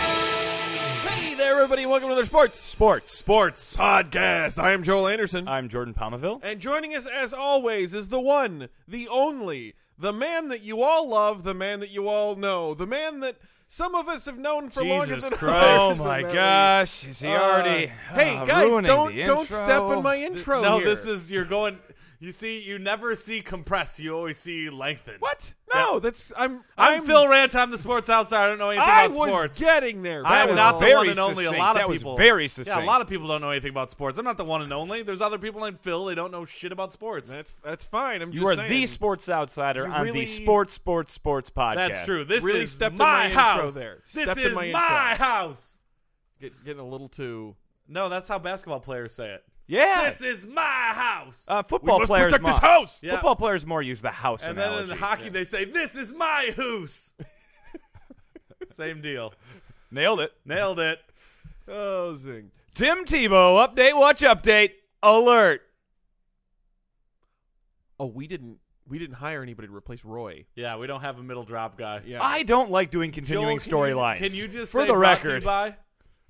Hey there, everybody, and welcome to another sports Sports. Sports. podcast. I am Joel Anderson, I'm Jordan Palmaville. and joining us as always is the one, the only, the man that you all love, the man that you all know, the man that some of us have known for longer Jesus than Christ! others. Oh my Uh, Ah, gosh! Is he already? hey uh, guys, ruining don't the don't intro? step in my intro. No, here. this is, you're going, you see, you never see compress, you always see lengthen. what? No, that's I'm I'm, Phil Rant. I'm the sports outsider. I don't know anything I about was sports. getting there. I That am was not all. the very one and only. A succinct. lot of That was people, very Yeah, a succinct. lot of people don't know anything about sports. I'm not the one and only. There's other people named Phil. They don't know shit about sports. That's that's fine. I'm You just are saying. the sports outsider You on really- the sports, sports, sports podcast. That's true. This Really is stepped in my, my intro house. there. This Stepped in is my intro. my house. Get, getting a little too. No, that's how basketball players say it. Yeah. This is my house. uh, football players. more, house. Yeah. Football players more use the house and then analogy. in hockey, they say, "This is my hoose." Same deal. Nailed it. Nailed it. Oh, zing. Tim Tebow update. Watch update. Alert. Oh, we didn't we didn't hire anybody to replace Roy. Yeah, we don't have a middle drop guy. Yeah. I don't like doing Joel, continuing can you- storylines. Can you just for say the brought to you record? by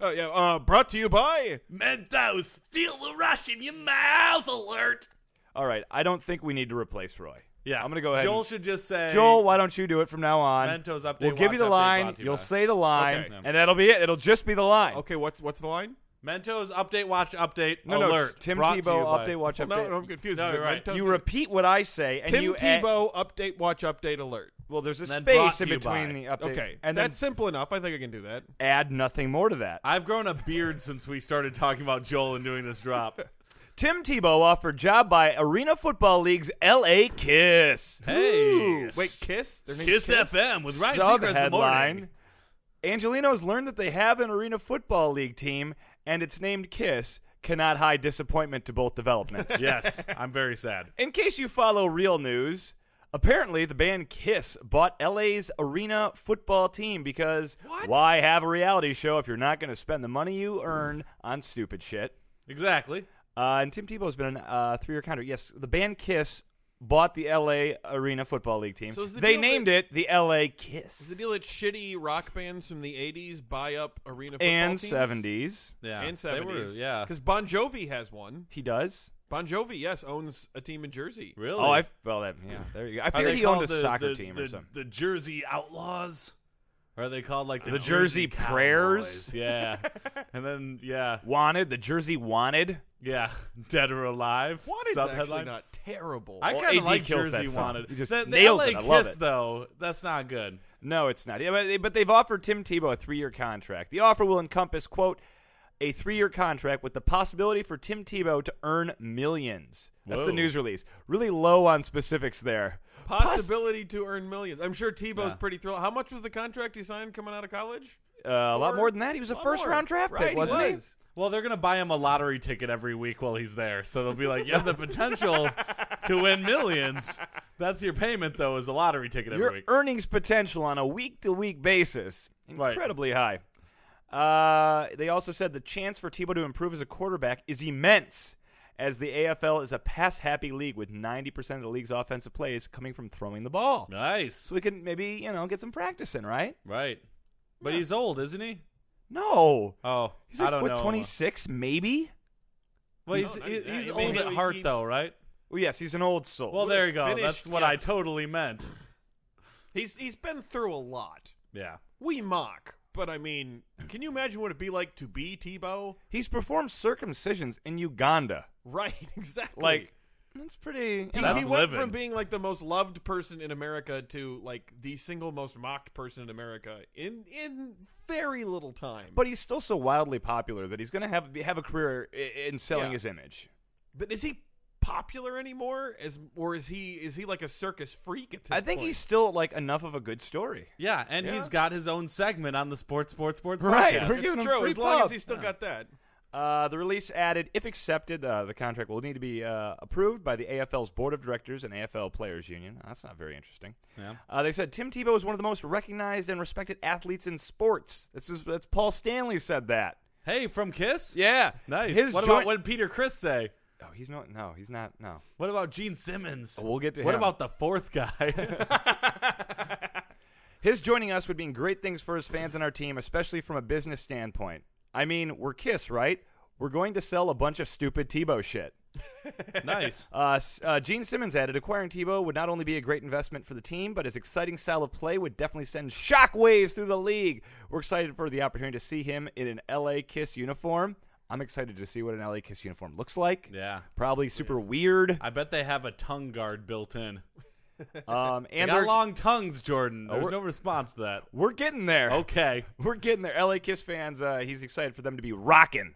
Oh yeah. Uh, brought to you by. Mentos? Feel the rush in your mouth. Alert. All right. I don't think we need to replace Roy. Yeah, I'm gonna go ahead. Joel and- should just say Joel, why don't you do it from now on? Mentos update. We'll watch give you the update line. brought to you You'll by- say the line, Okay. and that'll be it. It'll just be the line. Okay, what's what's the line? Mentos update. Watch update. No, no. alert. it's Tim brought Tebow to you by- update. Watch Well, update. no, no, I'm confused. No, Is it you're right. Mentos? you repeat what I say, and Tim you add- Tebow update watch update alert. well, there's a Then brought space to in you between by. the update. Okay, and that's then simple enough. I think I can do that. add nothing more to that. I've grown a beard since we started talking about Joel and doing this drop. Tim Tebow offered job by Arena Football League's L.A. Kiss. Hey. Wait, Kiss? Their name's Kiss, FM with Ryan Sub Seacrest in the morning. headline: Angelinos learned that they have an Arena Football League team, and it's named Kiss. Cannot hide disappointment to both developments. yes, I'm very sad. In case you follow real news, apparently the band Kiss bought LA's arena football team because What? why have a reality show if you're not going to spend the money you earn on stupid shit? Exactly. Uh, and Tim Tebow's been a uh, three-year contract. Yes, the band Kiss bought the LA Arena Football League team. So is the they deal named it the LA Kiss. The deal that shitty rock bands from the '80s buy up arena football and teams? 70s. Yeah. and They were, '70s. yeah. because Bon Jovi has one. He does. Bon Jovi, yes, owns a team in Jersey. Really? Oh, I well that yeah. There you go. I Are figured they he owned a called the- soccer the- team the, or something. The Jersey Outlaws? Or are they called like the, The Jersey Prayers? Cowboys? Yeah. and then, yeah. Wanted the jersey wanted. Yeah. Dead or Alive? What is sub actually headline. not terrible. I Well, kind AD of like kills Jersey that song. Wanted. He just the, the nails LA it. I love Kiss, it. though, that's not good. No, it's not. Yeah, but, they, but they've offered Tim Tebow a three-year contract. The offer will encompass, quote, a three-year contract with the possibility for Tim Tebow to earn millions. That's Whoa. the news release. Really low on specifics there. Possibility to earn millions. I'm sure Tebow's pretty thrilled. How much was the contract he signed coming out of college? Uh, a lot Or- more than that. He was a lot first-round more. draft Right, pick, wasn't he? he? was. Well, they're going to buy him a lottery ticket every week while he's there. So they'll be like, you have the potential to win millions. That's your payment, though, is a lottery ticket every Your week. earnings potential on a week-to-week basis Right. incredibly high. Uh, they also said the chance for Tebow to improve as a quarterback is immense, as the AFL is a pass-happy league with 90% of the league's offensive plays coming from throwing the ball. Nice. so we can maybe you know get some practice in, right? Right. But he's old, isn't he? No, Oh, he's like I don't what know. twenty six, maybe. Well, No, he's not he- that. he's I mean, old at he- heart, he- though, right? Well, yes, he's an old soul. Well, there you go. finished- That's what yeah. I totally meant. He's he's been through a lot. Yeah. We mock, but I mean, can you imagine what it'd be like to be Tebow? he's performed circumcisions in Uganda. Right, exactly. Like that's pretty. you know. he That's went living. from being like the most loved person in America to like the single most mocked person in America in in very little time. but he's still so wildly popular that he's going to have have a career i- in selling Yeah. his image. but is he popular anymore? As or is he is he like a circus freak at this I think point? he's still like enough of a good story. Yeah, and Yeah. he's got his own segment on the Sports Sports Sports Right, podcast. we're It's giving him true. free As long pub. as he's still got that. Uh, the release added, if accepted, uh, the contract will need to be uh, approved by the AFL's board of directors and AFL Players Union. That's not very interesting. Yeah. Uh, they said Tim Tebow is one of the most recognized and respected athletes in sports. This is that's Paul Stanley said that. Hey, from Kiss? Yeah, Nice. His what joint- about what did Peter Chris say? Oh, he's not. No, he's not. No. What about Gene Simmons? We'll get to What him. about the fourth guy? His joining us would mean great things for his fans and our team, especially from a business standpoint. I mean, we're Kiss, right? We're going to sell a bunch of stupid Tebow shit. nice. Uh, S- uh, Gene Simmons added, acquiring Tebow would not only be a great investment for the team, but his exciting style of play would definitely send shockwaves through the league. We're excited for the opportunity to see him in an LA Kiss uniform. I'm excited to see what an LA Kiss uniform looks like. Yeah. Probably super weird. I bet they have a tongue guard built in. Um, They and got they're- long tongues, Jordan. There's we're- no response to that. we're getting there. Okay. We're getting there. LA Kiss fans, uh, he's excited for them to be rocking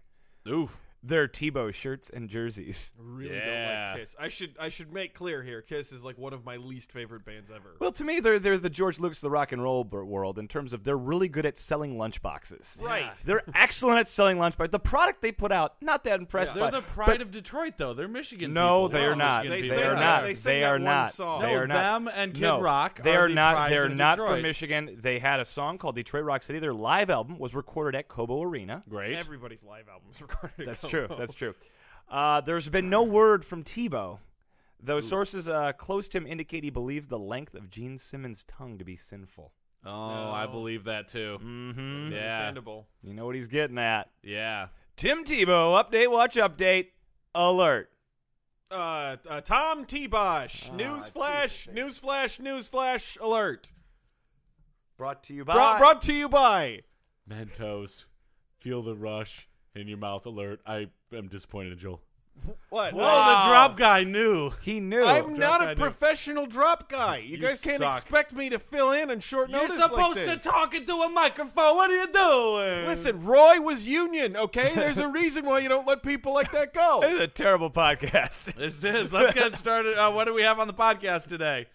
Oof. their Tebow shirts and jerseys. Really don't Yeah. like Kiss. I should I should make clear here. Kiss is like one of my least favorite bands ever. Well, to me, they're they're the George Lucas of the rock and roll b- world in terms of they're really good at selling lunchboxes. Right. They're excellent at selling lunchboxes. The product they put out, not that impressed. They're by. the pride of Detroit, though. They're Michigan. no, people. they are Well, not. Michigan They, people. sing are that- not. they They, sing that are one not. song. They No, are not. them and Kid No, Rock They are are the not. prides They're of not from Detroit. Michigan. They had a song called Detroit Rock City. Their live album was recorded at Cobo Arena. Great. Everybody's live albums recorded. at That's Como. true. That's true. Uh, there's been no word from Tebow, though sources uh, close to him indicate he believes the length of Gene Simmons' tongue to be sinful. oh, I believe that too. Mm. Mm-hmm. Yeah. understandable. You know what he's getting at. Yeah. Tim Tebow, update, watch, update, alert. Uh, uh, Tom T. Bosch. newsflash! Newsflash! Newsflash! Alert! Brought to you by. Brought, brought to you by. Mentos, feel the rush in your mouth. Alert. I am disappointed, Joel. What? Whoa, Wow. the drop guy knew. he knew. I'm not guy, a dude. professional drop guy. You, You guys can't suck. expect me to fill in on short notice. like this. talk into a microphone. What are you doing? Listen, Roy was union. Okay, there's a reason why you don't let people like that this go. is a terrible podcast. This is. Let's get started. Uh, what do we have on the podcast today?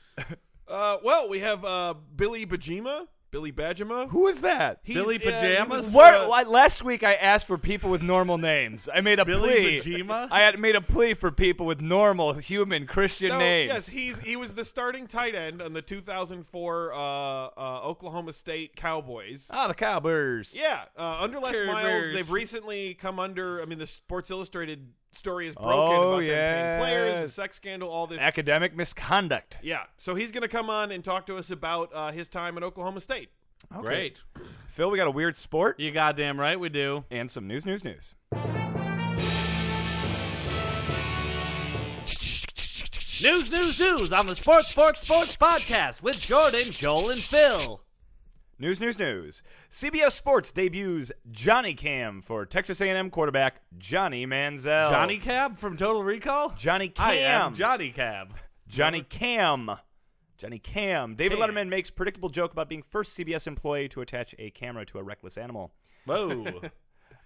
Uh, well, we have uh, Billy Bajima. Billy Bajima. Who is that? He, He's- Billy uh, he Pajamas? was- Where, why- last week I asked for people with normal names. I made a Billy plea. Bajima? I had made a plea for people with normal human Christian No, names. yes, he's he was the starting tight end on the 2004 uh, uh, Oklahoma State Cowboys. Ah, the Cowboys. Yeah, uh, under Les Curd Miles, Bears. they've recently come under. I mean, the Sports Illustrated story is broken Oh, about them paying players, the yes. sex scandal, all this. Academic misconduct. yeah, so he's going to come on and talk to us about uh, his time at Oklahoma State. Okay. Great. Phil, we got a weird sport You goddamn right we do. and some news, news, news. News, news, news on the Sports, Sports, Sports podcast with Jordan, Joel, and Phil. News, news, news. CBS Sports debuts Johnny Cam for Texas A&M quarterback Johnny Manziel. Johnny Cab from Total Recall? Johnny Cam. I am Johnny Cab. Johnny Cam. Johnny Cam. David Cam. Letterman makes predictable joke about being first CBS employee to attach a camera to a reckless animal. Whoa.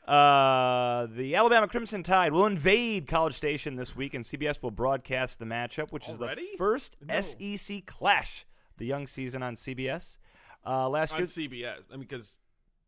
Uh, the Alabama Crimson Tide will invade College Station this week, and CBS will broadcast the matchup, which is Already? the first SEC E clash of the young season on CBS. Uh, last on year, CBS. I mean, because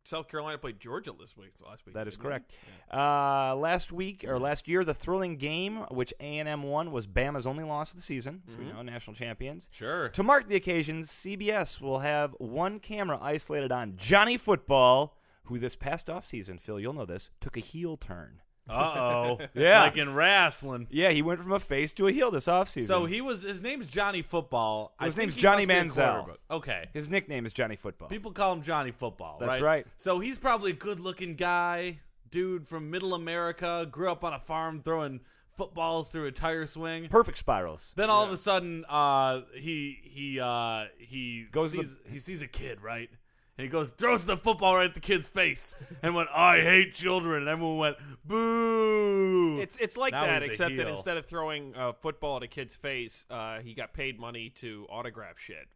South Carolina played Georgia this week. Last week. That is didn't correct. Uh, last week or last year, the thrilling game which A and M won was Bama's only loss of the season. Mm-hmm. You know, national champions. sure. To mark the occasion, CBS will have one camera isolated on Johnny Football, who this past offseason, Phil, you'll know this, took a heel turn. Uh oh. Yeah. Like in wrestling. Yeah, he went from a face to a heel this offseason. So he was. His name's Johnny Football. I His think name's he must Johnny be a Manziel. quarterback. Okay. his nickname is Johnny Football. People call him Johnny Football. That's right. right. So he's probably a good-looking guy, dude from Middle America. Grew up on a farm throwing footballs through a tire swing. Perfect spirals. Then all of a sudden, uh, he he uh, he Goes to the- sees, he sees a kid right, and he goes throws the football right at the kid's face, and went I hate children, and everyone went boo. It's it's like Now that, he's a except that heel. instead of throwing a football at a kid's face, uh, he got paid money to autograph shit.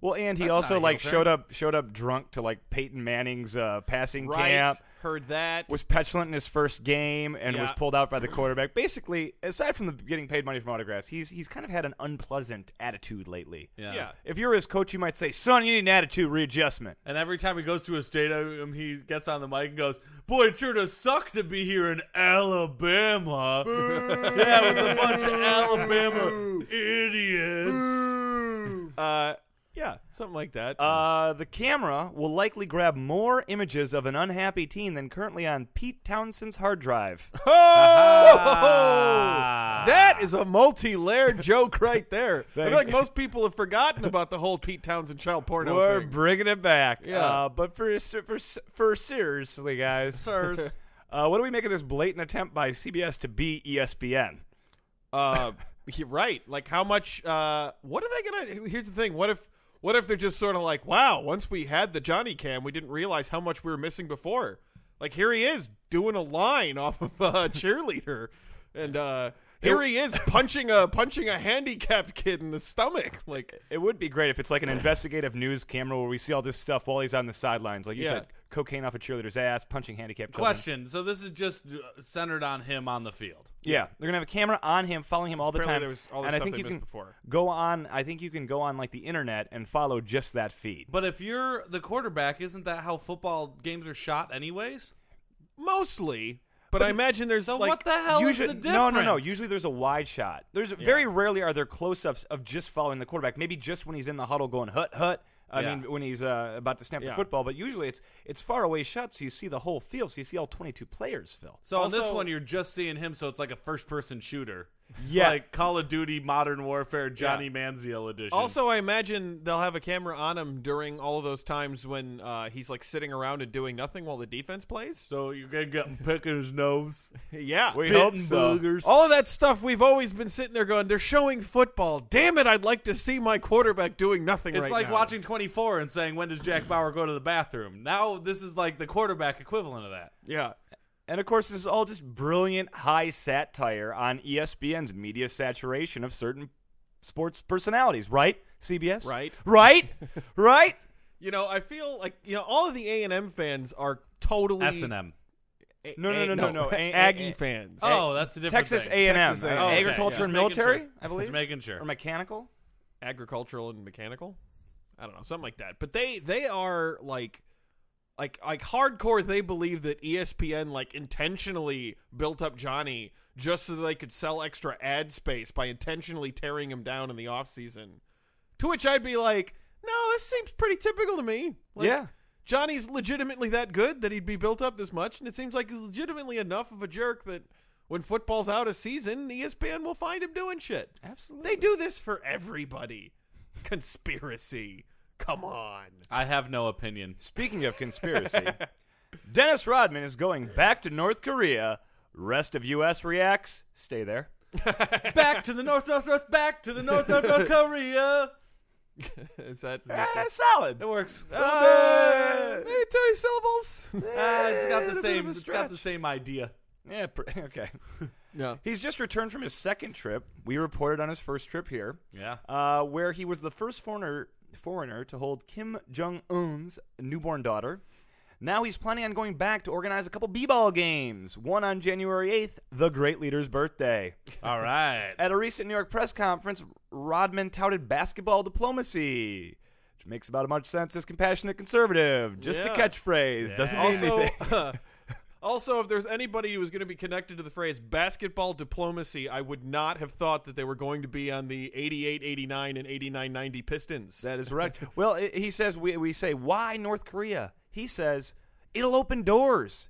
Well, and he That's not a also heel like turn. showed up showed up drunk to like Peyton Manning's uh, passing Right. camp. Heard that. Was petulant in his first game and was Yeah. pulled out by the quarterback. Basically, aside from the getting paid money from autographs, he's he's kind of had an unpleasant attitude lately. Yeah. yeah. If you're his coach, you might say, "Son, you need an attitude readjustment." And every time he goes to a stadium, he gets on the mic and goes, "Boy, it sure does suck to be here in Alabama. yeah, with a bunch of Alabama idiots." Uh, yeah, something like that. Uh, the camera will likely grab more images of an unhappy teen than currently on Pete Townsend's hard drive. Oh! That is a multi-layered joke right there. I feel like most people have forgotten about the whole Pete Townsend child porno We're thing. bringing it back. Yeah. Uh, but for for for seriously, guys, Sirs. uh, what do we make of this blatant attempt by CBS to E be ESPN? uh, yeah, right. Like how much? Uh, what are they gonna? Here's the thing. What if? What if they're just sort of like, wow? Once we had the Johnny Cam, we didn't realize how much we were missing before. Like here he is doing a line off of a cheerleader, and uh, here he is punching a punching a handicapped kid in the stomach. Like It would be great if it's like an investigative news camera where we see all this stuff while he's on the sidelines, like you Yeah. said, cocaine off a cheerleader's ass, punching handicapped. children. Question: So this is just uh, centered on him on the field. Yeah, they're gonna have a camera on him, following him all the Apparently time. there was all this and I stuff think they you missed can before. go on. I think you can go on like the internet and follow just that feed. But if you're the quarterback, isn't that how football games are shot, anyways? mostly, but, I imagine there's So like what the hell usually, is the difference? no, no, no. Usually there's a wide shot. There's very rarely are there close-ups of just following the quarterback. Maybe just when he's in the huddle going hut hut. I Yeah. mean, when he's uh, about to snap Yeah. the football. But usually it's it's far away shots, so you see the whole field, so you see all 22 players. Phil. So on this Also- one, you're just seeing him, so it's like a first-person shooter. It's Yeah. like Call of Duty Modern Warfare Johnny Yeah. Manziel edition. Also, I imagine they'll have a camera on him during all of those times when uh, he's like sitting around and doing nothing while the defense plays. so you're gonna get him picking his nose. Yeah. We Spitting hope so. boogers. All of that stuff we've always been sitting there going, they're showing football. Damn it, I'd like to see my quarterback doing nothing It's right like now. watching 24 and saying, when does Jack Bauer go to the bathroom? Now this is like the quarterback equivalent of that. Yeah. And of course, this is all just brilliant high satire on E ESPN's media saturation of certain sports personalities, right? CBS, Right. right, right. You know, I feel like you know, all of the A and M fans are totally S&M. A- No, no, A- no, no, no. A- A- Aggie A- fans. Oh, that's a different Texas thing. A&M, Texas A&M. uh, Oh, okay. agriculture Just and making military, sure. I believe, Just making sure. or mechanical. agricultural and mechanical. I don't know, something like that. But they they are like like like hardcore they believe that E ESPN like intentionally built up Johnny just so they could sell extra ad space by intentionally tearing him down in the offseason. To which I'd be like, "No, this seems pretty typical to me." Like, Yeah. Johnny's legitimately that good that he'd be built up this much, and it seems like he's legitimately enough of a jerk that when football's out of season, E ESPN will find him doing shit. Absolutely. They do this for everybody. Conspiracy. Come on. I have no opinion. Speaking of conspiracy, Dennis Rodman is going back to North Korea. Rest of U.S. reacts. Stay there. back to the North, North, North, back to the North, North, North Korea. Is that Ah, that's solid. It works. Ah! Uh, maybe Tony syllables? Ah, it's got the a bit of same. a It's got the same idea. Yeah. pr- Okay. No. He's just returned from his second trip. We reported on his first trip here, Yeah. uh, where he was the first foreigner foreigner to hold Kim Jong Un's newborn daughter. Now he's planning on going back to organize a couple b-ball games. One on January 8th, the great leader's birthday. All right. At a recent New York press conference, Rodman touted basketball diplomacy, which makes about as much sense as compassionate conservative. Just a Yeah. catchphrase. Doesn't mean Also, anything. also, if there's anybody who was going to be connected to the phrase basketball diplomacy, I would not have thought that they were going to be on the 88, 89, and 89, 90 Pistons. That is correct. well, i he says, we, we say, why North Korea? He says, it'll open doors.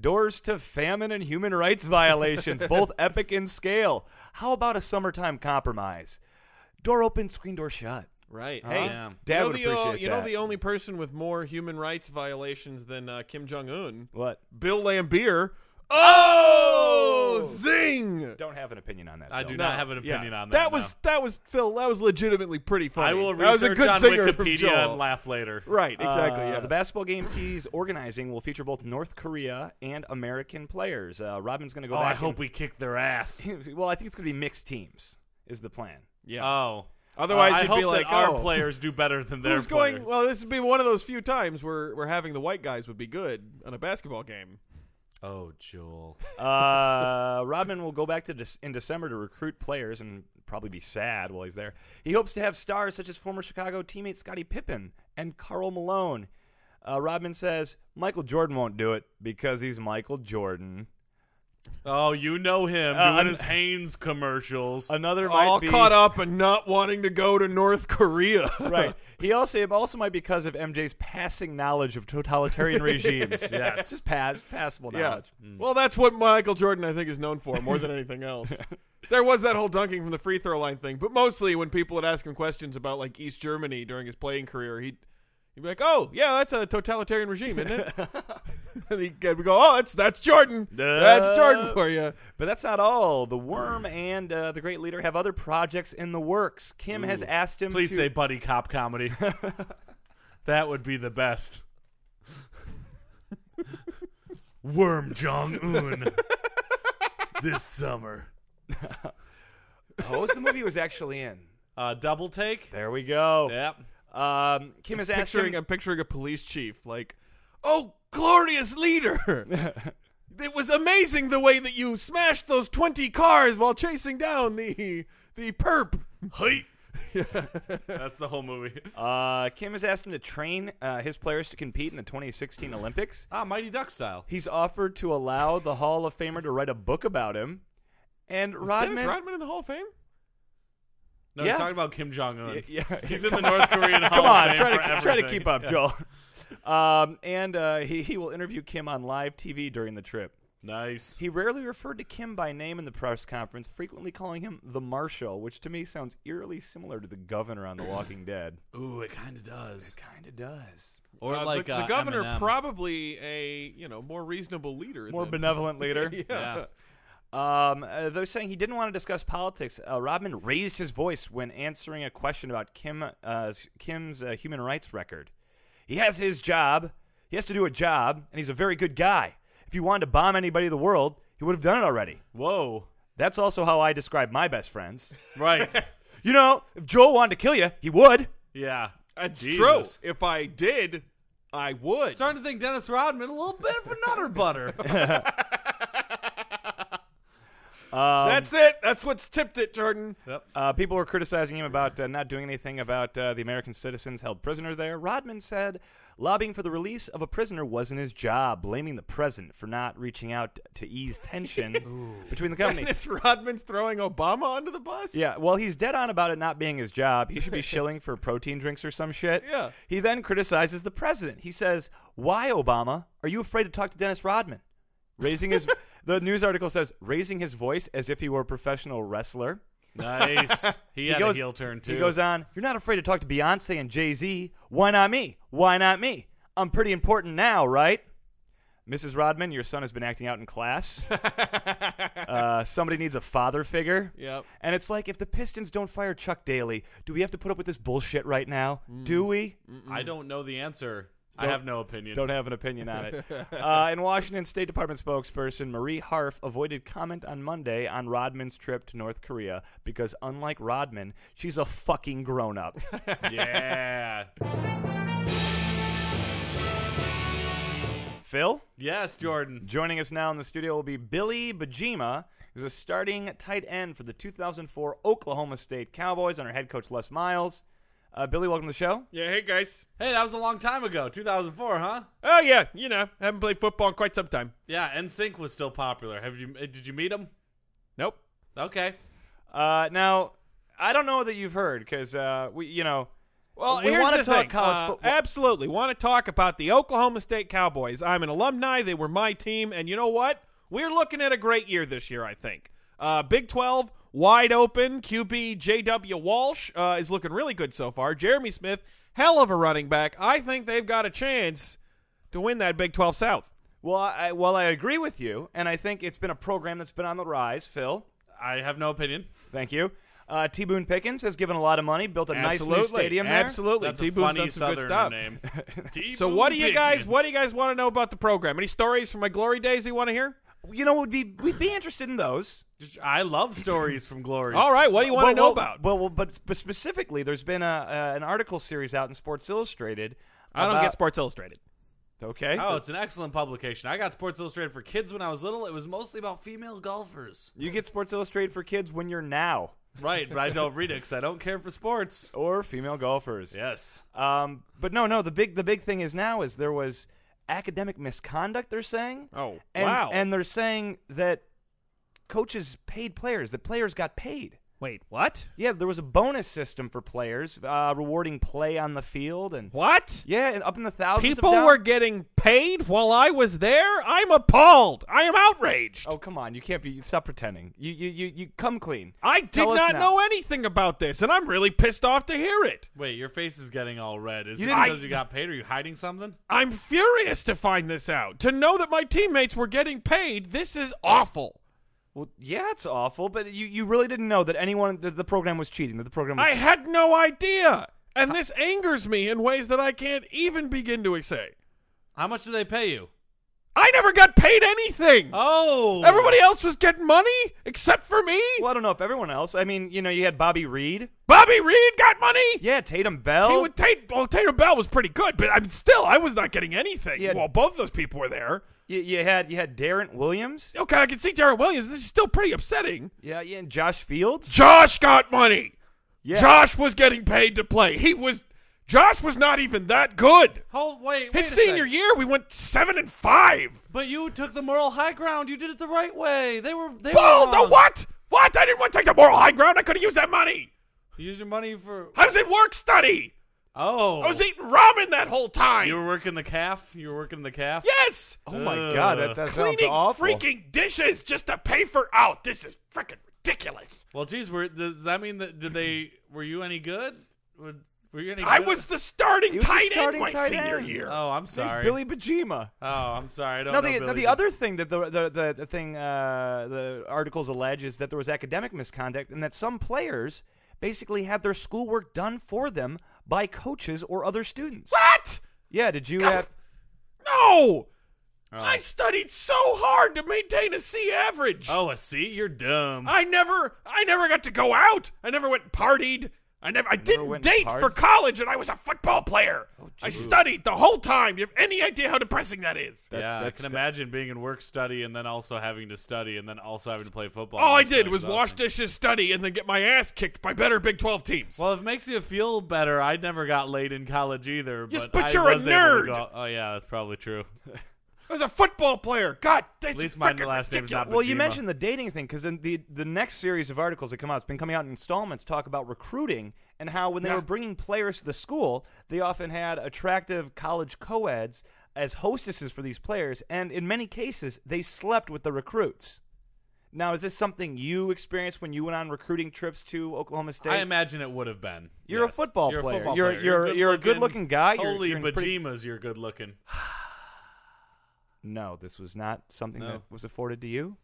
Doors to famine and human rights violations, both epic in scale. How about a summertime compromise? Door open, screen door shut. right. Huh? Hey, Yeah. Dad you know, would the, appreciate uh, you know that. the only person with more human rights violations than uh, Kim Jong Un? what? Bill Lambier. Oh, zing! Don't have an opinion on that. Uh, I Phil. do not have an opinion on that. That was that was Phil. That was legitimately pretty funny. I will that was a research good on singer from Wikipedia Joel. and laugh later. Right, exactly. Uh, yeah, The basketball games he's organizing will feature both North Korea and American players. Uh, Robin's going to go Oh, back. I hope we kick their ass. we. well, I think it's going to be mixed teams. Is the plan? yeah. Oh, Otherwise, Uh, I you'd hope be like, that our oh, players do better than their who's going? players. Well, this would be one of those few times where where having the white guys would be good on a basketball game. oh, Joel. Uh, Rodman will go back to Dec- in December to recruit players and probably be sad while he's there. He hopes to have stars such as former Chicago teammate Scottie Pippen and Carl Malone. Uh, Rodman says Michael Jordan won't do it because he's Michael Jordan. Oh, you know him Uh, doing an- his Haynes commercials. Another might All be, caught up and not wanting to go to North Korea. Right. He also it also might be because of MJ's passing knowledge of totalitarian regimes. Yes, just pass, passable Yeah. knowledge. Well, that's what Michael Jordan, I think, is known for more than anything else. there was that whole dunking from the free throw line thing, but mostly when people would ask him questions about like East Germany during his playing career, he'd, he'd be like, "Oh, yeah, that's a totalitarian regime, isn't it?" and he'd go, "Oh, that's that's Jordan. That's Jordan for you." But that's not all. The Worm and uh, the Great Leader have other projects in the works. Kim has asked him. Please to, say buddy cop comedy. that would be the best. Worm Jong Un this summer. What was the movie he was actually in? Uh, double take. There we go. Yep. Um, Kim has asked Picturing, him. I'm picturing a police chief like, "Oh, glorious leader." It was amazing the way that you smashed those twenty cars while chasing down the the perp. Hey. That's the whole movie. Uh, Kim has asked him to train uh, his players to compete in the 2016 Olympics. Ah, Mighty Duck style. He's offered to allow the Hall of Famer to write a book about him. And Dennis Rodman, Rodman in the Hall of Fame? No, Yeah. he's talking about Kim Jong Un. Y- yeah, He's in the North Korean Hall of Come on, Fame try for to try to everything. keep up, Yeah. Joel. Um, and uh, he he will interview Kim on live TV during the trip. Nice. He rarely referred to Kim by name in the press conference, frequently calling him the Marshal, which to me sounds eerily similar to the Governor on The Walking Dead. Ooh, it kind of does. Kind of does. Or Uh, like the, uh, the governor, Eminem. probably a you know more reasonable leader, More than, benevolent leader. Yeah. Um, uh, though saying he didn't want to discuss politics, uh, Rodman raised his voice when answering a question about Kim uh, Kim's uh, human rights record. He has his job. He has to do a job, and he's a very good guy. If he wanted to bomb anybody in the world, he would have done it already. Whoa. That's also how I describe my best friends. Right. You know, if Joel wanted to kill you, he would. yeah. That's true. Jesus. If I did, I would. Starting to think Dennis Rodman a little bit of a nutter butter. That's Um, it. That's what's tipped it, Jordan. Uh, people were criticizing him about uh, not doing anything about uh, the American citizens held prisoner there. Rodman said lobbying for the release of a prisoner wasn't his job, blaming the president for not reaching out to ease tension between the companies. Dennis Rodman's throwing Obama under the bus. Yeah, well, he's dead on about it not being his job. He should be shilling for protein drinks or some shit. Yeah. He then criticizes the president. He says, "Why, Obama, are you afraid to talk to Dennis Rodman?" Raising his, the news article says, raising his voice as if he were a professional wrestler. nice. He, had goes- a heel turn too. He goes on, You're not afraid to talk to Beyonce and Jay Z. Why not me? Why not me? I'm pretty important now, right? Mrs. Rodman, your son has been acting out in class. uh, somebody needs a father figure. Yep. And it's like, if the Pistons don't fire Chuck Daly, do we have to put up with this bullshit right now? Mm. Do we? I don't know the answer. I have no opinion. Mm. Don't have an opinion on it. Uh, and Washington State Department spokesperson Marie Harf avoided comment on Monday on Rodman's trip to North Korea because, unlike Rodman, she's a fucking grown up. yeah. Phil? yes, Jordan. Joining us now in the studio will be Billy Bajima, who's a starting tight end for the 2004 Oklahoma State Cowboys under head coach Les Miles. Uh, Billy, welcome to the show. Yeah. Hey guys. Hey, that was a long time ago. 2004, huh? Oh yeah. You know, haven't played football in quite some time. Yeah, NSYNC was still popular. Have you? uh, Did you meet him? Nope. Okay. Uh, now, I don't know that you've heard because uh, we, you know, Well, We here's wanna the talk thing. college Uh, football. Absolutely, want to talk about the Oklahoma State Cowboys. I'm an alumni; they were my team, and you know what? We're looking at a great year this year. I think uh, Big Twelve wide open. QB J.W. Walsh uh, is looking really good so far. Jeremy Smith, hell of a running back. I think they've got a chance to win that Big Twelve South. well, I, well, I agree with you, and I think it's been a program that's been on the rise. Phil, I have no opinion. thank you. Uh, T. Boone Pickens has given a lot of money, built a absolutely, nice new stadium there. absolutely. That's a T-Boon's funny done some good Southern stuff. name. So, what do you guys? What do you guys want to know about the program? Any stories from my glory days you want to hear? you know, would be we'd be interested in those. Just- I love stories from glories. All right, what do you want to Well, know well, about? Well, well, but, but specifically, there's been a uh, an article series out in Sports Illustrated. I don't about- get Sports Illustrated. Okay. Oh, it's an excellent publication. I got Sports Illustrated for kids when I was little. It was mostly about female golfers. You get Sports Illustrated for kids when you're now Right, but I don't read it because I don't care for sports. or female golfers. Yes. Uh, Um, but no, no. The big the big thing is now is there was academic misconduct. They're saying. Oh, and, wow. And they're saying that coaches paid players. That players got paid. Wait, what? Yeah, there was a bonus system for players, uh, rewarding play on the field and What? yeah, and up in the thousands. of People down- were getting paid while I was there. I'm appalled. I am outraged. Oh come on, you can't be. Stop pretending. You you you, you come clean. I did Tell us not now. know anything about this, and I'm really pissed off to hear it. Wait, your face is getting all red. Is You it didn't- because you got paid? Are you hiding something? I'm furious to find this out. To know that my teammates were getting paid, this is awful. Well, yeah, it's awful, but you, you really didn't know that anyone that the program was cheating. That the program. Was I had no idea. And this angers me in ways that I can't even begin to say. How much do they pay you? I never got paid anything. Oh, Everybody else was getting money except for me. Well, I don't know if everyone else. I mean, you know, you had Bobby Reed. Bobby Reed got money. Yeah, Tatum He Bell. would Tate, well, Taylor Bell was pretty good, but I'm still I was not getting anything. Yeah. Well, both of those people were there. you, you had you had Darren Williams. Okay, I can see Darren Williams. This is still pretty upsetting. Yeah, yeah, and Josh Fields. Josh got money. Yeah. Josh was getting paid to play. He was Josh was not even that good. Hold, wait, wait His a senior sec. year, we went seven and five. But you took the moral high ground. You did it the right way. They were they Bull, were the wrong. what? What? I didn't want to take the moral high ground. I could have used that money. You used your money for I was in work study. oh. I was eating ramen that whole time. you were working the calf. You were working the calf. yes. Oh my Ugh. God, that, that sounds Cleaning awful. freaking dishes just to pay for out. This is freaking ridiculous. Well, geez, were, does that mean that did they? Were you any good? Were, were you any? I good? was the starting was the tight starting end my tight senior end. year. Oh, I'm There's sorry. Billy Bajima. Oh, I'm sorry. I don't No, know the, no, Billy. the other thing that the the, the, the thing uh, the articles allege is that there was academic misconduct and that some players basically had their schoolwork done for them by coaches or other students. What? Yeah, did you God. have? No. Oh. I studied so hard to maintain a C average. Oh, a C? You're dumb. I never I never got to go out. I never went and partied. I never I didn't went and date partied? for college and I was a football player. I studied the whole time. Do you have any idea how depressing that is? That- yeah, I that's can fa- imagine being in work study and then also having to study and then also having to play football. All I That's did kinda was wash exhausting. dishes, study, and then get my ass kicked by better Big Twelve teams. Well, if it makes you feel better, I never got laid in college either. Yes, but, but I you're a was able to nerd. go- oh yeah, that's probably true. I was a football player. God, that's least my frickin' last name's not ridiculous. Well, you Bajima. mentioned the dating thing because the the next series of articles that come out, it's been coming out in installments, talk about recruiting and how when they Yeah. were bringing players to the school, they often had attractive college co-eds as hostesses for these players, and in many cases, they slept with the recruits. Now, is this something you experienced when you went on recruiting trips to Oklahoma State? I imagine it would have been. You're a Yes. football you're player. A football You're- player. you're- you're a good-looking guy. You're- Holy you're in Bajimas, pretty- you're good looking. no, this was not something No. that was afforded to you.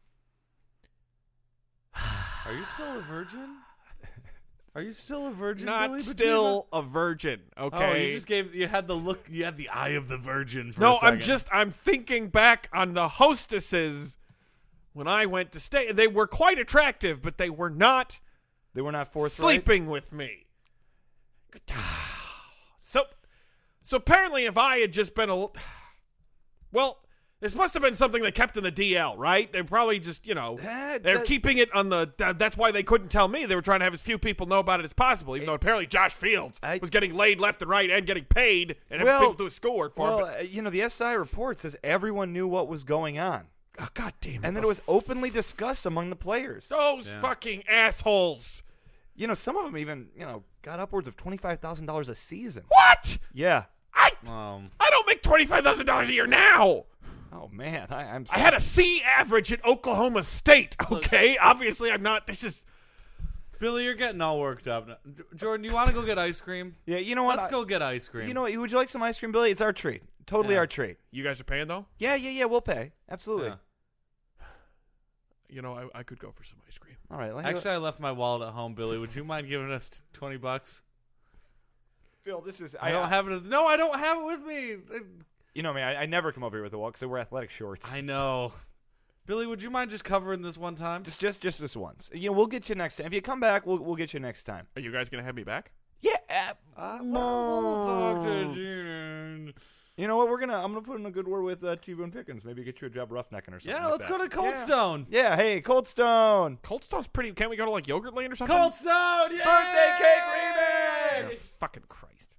Are you still a virgin? Are you still a virgin? Billy not Bajima? still a virgin. Okay. Oh, you just gave. You had the look. You had the eye of the virgin. For no, a I'm second. just I'm thinking back on the hostesses when I went to stay. They were quite attractive, but they were not They were not forthright. sleeping with me. So, so apparently, if I had just been a, l- well, this must have been something they kept in the DL, right? They probably just you know That- they're that- keeping it on the. that- That's why they couldn't tell me. They were trying to have as few people know about it as possible, even though apparently Josh Fields I- was getting laid left and right and getting paid and having Well- people do a schoolwork for him. Well, but- uh, you know, the SI report says everyone knew what was going on. Oh, God damn it! and then it those was openly discussed among the players. Those fucking assholes. You know, some of them even you know got upwards of twenty five thousand dollars a season. What? Yeah. I Um, I don't make twenty five thousand dollars a year now. Oh man, I, I'm. I had a C average at Oklahoma State. Okay, obviously I'm not. This is Billy, you're getting all worked up. now. J- Jordan, do you want to go get ice cream? Yeah, you know what? Let's I- go get ice cream. You know what? Would you like some ice cream, Billy? It's our treat. Totally Yeah. our treat. you guys are paying though. Yeah, yeah, yeah. We'll pay. Absolutely. Yeah. You know I, I could go for some ice cream. All right. Like, Actually, I left my wallet at home, Billy. Would you mind giving us t- 20 bucks? Phil, this is. I don't have it. No, I don't have it with me. You know me. I, I never come over here with a walk, so we're athletic shorts. I know. Billy, would you mind just covering this one time? Just, just, just this once. You know, we'll get you next time. If you come back, we'll we'll get you next time. Are you guys gonna have me back? Yeah. uh, Uh, well, we'll talk to June. you know what? We're gonna. I'm gonna put in a good word with uh, T Boone Pickens. Maybe get you a job roughnecking or something. Yeah, like let's that. go to Cold Yeah. Stone. Yeah. Hey, Cold Stone. Cold Stone's pretty. Can't we go to like Yogurt Land or something? Oh, Cold Stone, yeah. Birthday cake remix. Fucking Christ.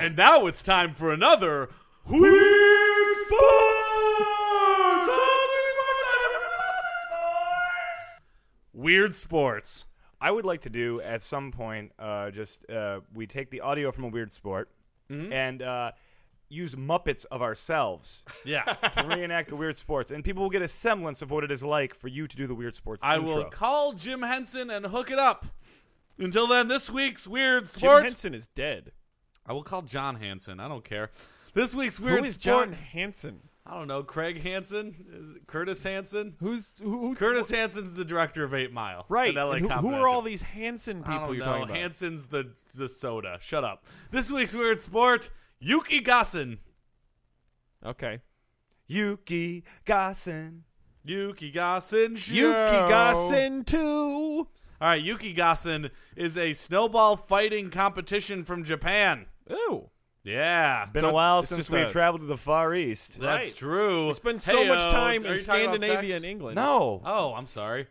And now it's time for another Weird Sports! Weird Sports. I would like to do at some point. Uh, just uh, we take the audio from a weird sport and uh, use Muppets of ourselves Yeah. to reenact the weird sports, and people will get a semblance of what it is like for you to do the weird sports. I intro. will call Jim Henson and hook it up. Until then, this week's Weird Jim Sports. Henson is dead. I will call John Hanson. I don't care. This week's Who e- Weird is Sport. John Hanson? I don't know. Craig Hansen? Is it Curtis Hanson? Who's who? who Curtis Hansen's the director of Eight Mile. right? in LA and who, who Confidential. are all these Hanson people I don't you're know. talking about? Hanson's the the soda. Shut up. This week's weird sport: Yuki Gassen. okay. Yuki Gassen. Yuki Gassen. Yuki Joe. Gassen too. All right, Yuki Gassen is a snowball fighting competition from Japan. Ooh. Yeah, Been So a while it's since just we a- traveled to the Far East. that's right. true. We spend so Hey-o, much time uh, are in you talking about Scandinavia sex? and England. No. Oh, I'm sorry.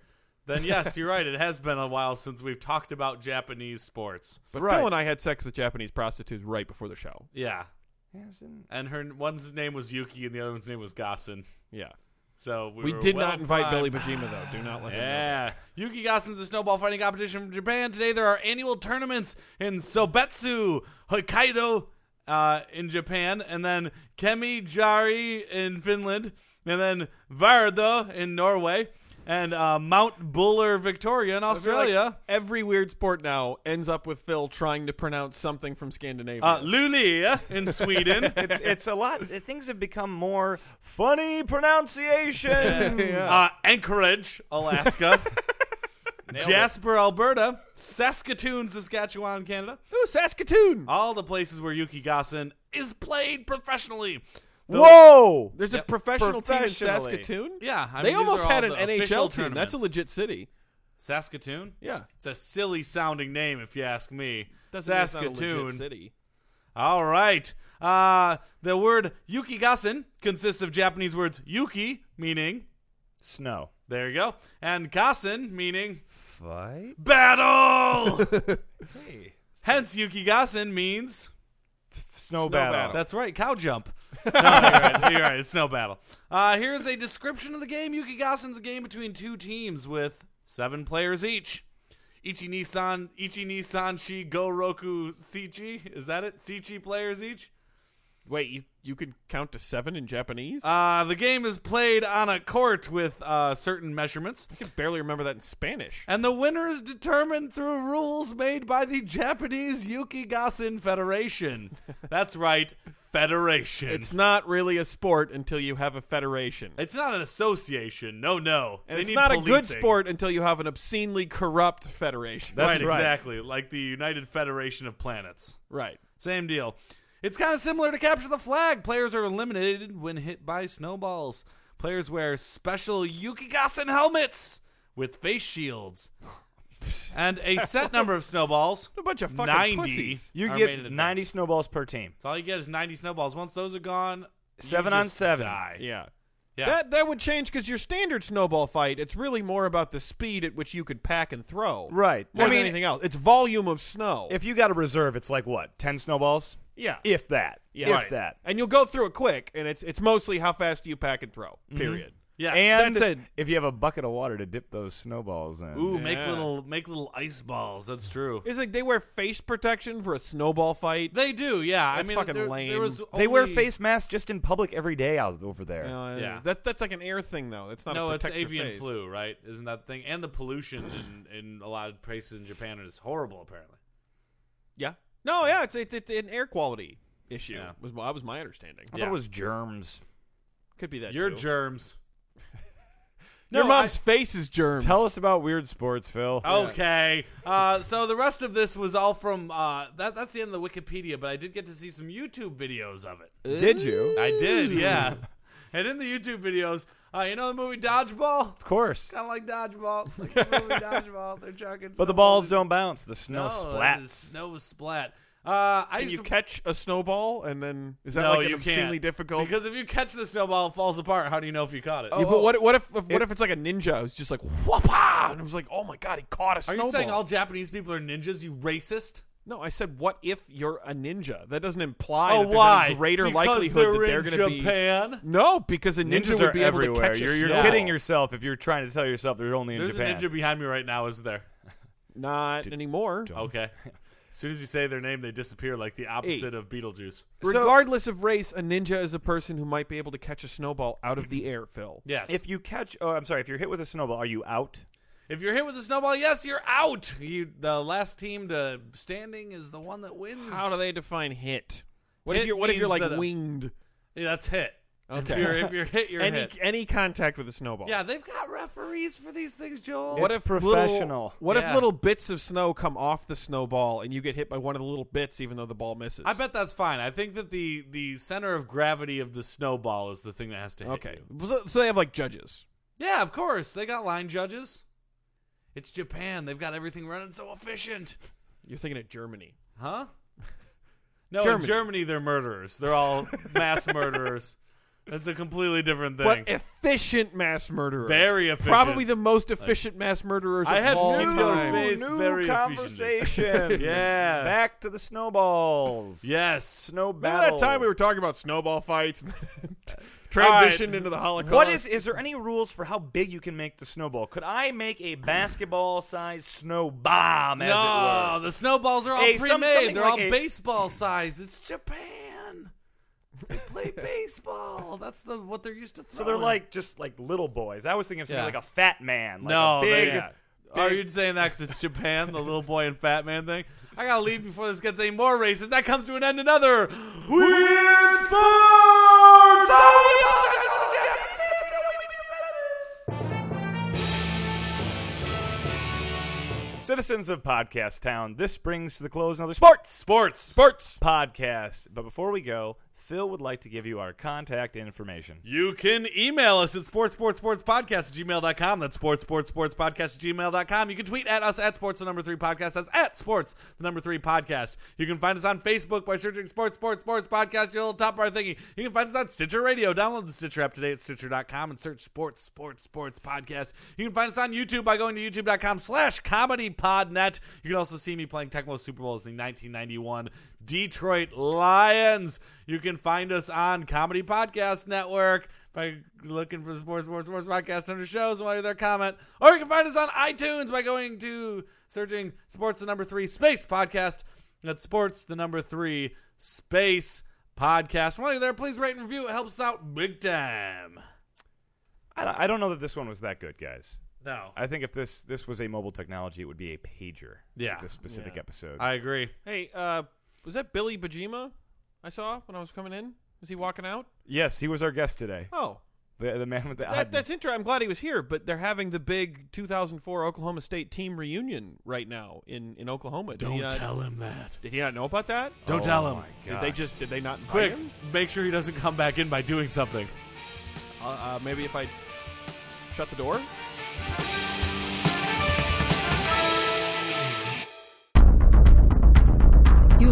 Then yes, you're right. It has been a while since we've talked about Japanese sports. but right. Phil and I had sex with Japanese prostitutes right before the show. Yeah, Gassen. and her one's name was Yuki, and the other one's name was Gassen. Yeah, So we, we, were did well not invite primed. Billy Bajima though. Do not let him. know. Yeah. Yuki Gassen's a snowball fighting competition from Japan. Today there are annual tournaments in Sobetsu, Hokkaido, uh, in Japan, and then Kemijari in Finland, and then Varda in Norway, and uh, Mount Buller, Victoria in I feel like Australia. every weird sport now ends up with Phil trying to pronounce something from Scandinavia. uh, Luleå in Sweden. It's, it's a lot. Things have become more funny pronunciation. uh, Anchorage, Alaska. Jasper, Alberta. Saskatoon, Saskatchewan, Canada. Ooh, Saskatoon. all the places where Yuki Gassen is played professionally. The- Whoa. There's Yep. a professional team in Oh, Professionally. Saskatoon. Yeah, I they mean, these almost are all had an the official NHL team. That's tournaments. a legit city. Saskatoon. Yeah, It's a silly sounding name, if you ask me. Doesn't mean it's not a Saskatoon. legit city. All right. Uh, the word Yuki Gassen consists of Japanese words Yuki, meaning Snow. there you go, and Gassen, meaning Fight. battle. Hey. Hence, Yuki Gassen means oh, Snow, Snow battle. battle. That's right, cow jump. no, you're right. You're right. It's no battle. Uh, here's a description of the game. Yuki Gassen's a game between two teams with seven players each. Ichi Nissan, Ichi Nissan, Shi Goroku Sichi. Is that it? Sichi players each. Wait, you you can count to seven in Japanese? Uh, the game is played on a court with uh, certain measurements, I can barely remember that in Spanish. and the winner is determined through rules made by the Japanese Yuki Gassen Federation. That's right, Federation. It's not really a sport until you have a federation. It's not an association. No, no. and They it's need not a good policing. sport until you have an obscenely corrupt federation. That's right, right. exactly. Like the United Federation of Planets. right. Same deal. It's kind of similar to capture the flag. Players are eliminated when hit by snowballs. Players wear special Yukigassen helmets with face shields. And a set number of snowballs. A bunch of fucking 90. pussies. You are made in get advance. 90 snowballs per team. So all you get is 90 snowballs. Once those are gone, you Seven on just seven. die. Yeah. Yeah. That that would change because your standard snowball fight, it's really more about the speed at which you could pack and throw. Right. More I than mean- anything else. It's volume of snow. If you got a reserve, it's like what? 10 snowballs? yeah. If that. Yeah. If Right. that. Mm-hmm. And you'll go through it quick, and it's it's mostly how fast do you pack and throw. Period. Yeah, And that's it. if you have a bucket of water to dip those snowballs in. Ooh, make Yeah. little make little ice balls. That's true. It's like they wear face protection for a snowball fight. They do, yeah. I That's mean, fucking there, lame. there was They wear only- face masks just in public every day out over there. You know, Yeah. Uh, That that's like an air thing though. It's not No, a it's protect your avian face. flu, right? Isn't that the thing? And the pollution in, in a lot of places in Japan is horrible, apparently. Yeah. No, yeah, it's it's, it's an air quality issue. Yeah. Was my- that was my understanding. I Yeah. thought it was germs. Could be that Your too. germs. Your No, mom's face is germs. Tell us about weird sports, Phil. Okay. Uh, so the rest of this was all from uh, that. That's the end of the Wikipedia, but I did get to see some YouTube videos of it. Did you? I did, yeah. And in the YouTube videos, uh, you know the movie Dodgeball. Of course. Kind of like dodgeball, like the movie dodgeball. They're chucking. But the balls don't bounce. The Oh, snow splats. No splat. Uh, I Can used you to- catch a snowball and then is that no, like an you obscenely can't. difficult? Oh, Because if you catch the snowball, it falls apart. How do you know if you caught it? yeah, but what what if what if it's like a ninja who's just like whoopah and it was like oh my god he caught a Are snowball? you saying all Japanese people are ninjas? You racist? no, I said what if you're a ninja? That doesn't imply oh, that there's why? any greater because likelihood they're that they're in going to be Japan. no because a ninja Ninjas would are be able everywhere. to catch a you're you're snowball. kidding yourself if you're trying to tell yourself they're only in There's Japan. a ninja behind me right now, isn't there? Not anymore. Okay. As soon as you say their name, they disappear like the opposite of Beetlejuice. So- Regardless of race, a ninja is a person who might be able to catch a snowball out of the air, Phil. Yes. If you catch, oh, I'm sorry, if you're hit with a snowball, are you out? If you're hit with a snowball, yes, you're out. You the last team to standing is the one that wins. How do they define hit? What if Hit you're what if you're means like that a- winged? Yeah, that's hit. If Okay. you're, if you're hit, you're Any hit. any contact with a snowball. Yeah, they've got referees for these things, Joel. What It's if little- professional. what Yeah. if little bits of snow come off the snowball and you get hit by one of the little bits, even though the ball misses? I bet that's fine. I think that the the center of gravity of the snowball is the thing that has to hit. Okay, you. so, so they have like judges. Yeah, of course. They got line judges. It's Japan. They've got everything running so efficient. You're thinking of Germany. Huh? No, Germany. in Germany they're murderers. They're all mass murderers. That's a completely different thing. But efficient mass murderers. Very efficient. Probably the most efficient mass murderers I of had all seen your time. face. It's very efficient. conversation. Yeah. Back to the snowballs. yes. Snow Remember battle. that time we were talking about snowball fights and then right. transitioned into the Holocaust? What is? Is there any rules for how big you can make the snowball? Could I make a basketball-sized snow bomb, as it No, were? the snowballs are all Hey, some- pre-made. something They're like all a- baseball sized. It's Japan. They play baseball. That's the what they're used to So throwing. they're like just like little boys. I was thinking of something Yeah. like a fat man, like no, a big. They, Are you saying that 'cause it's Japan, the little boy and fat man thing? I gotta leave before this gets any more racist. That comes to an end. Another weird sports. Citizens of Podcast Town, this brings to the close another sports Sports. sports? podcast. But before we go, Phil would like to give you our contact information. You can email us at sports, sports, sports podcast at gmail.com. That's sports, sports, sports podcast at gmail.com. You can tweet at us at sports, the number three podcast. That's at sports, the number three podcast. You can find us on Facebook by searching sports, sports, sports podcast, your little top bar thingy. You can find us on Stitcher Radio. Download the Stitcher app today at stitcher.com and search sports, sports, sports podcast. You can find us on YouTube by going to youtube.com slash comedy podnet. You can also see me playing Tecmo Super Bowl as the 1991 Detroit Lions. You can find us on Comedy Podcast Network by looking for the Sports Sports Sports Podcast under shows while you're there comment. Or you can find us on iTunes by going to searching Sports the number three space podcast. That's Sports the number three space podcast. While you're there, please rate and review. It helps us out big time. I don't, I don't know that this one was that good, guys. No. I think if this this was a mobile technology, it would be a pager. Yeah. This specific episode. I agree. Hey, uh, was that Billy Bajima I saw when I was coming in? Was he walking out? yes, he was our guest today. Oh, The, the man with the that, odd- that's interesting. I'm glad he was here, but they're having the big 2004 Oklahoma State team reunion right now in, in Oklahoma. Did he Don't not, tell him that. Did he not know about that? Don't Oh tell him. my Did God. they just? Did they not invite Quick, him? make sure he doesn't come back in by doing something. Uh, uh, maybe if I shut the door. You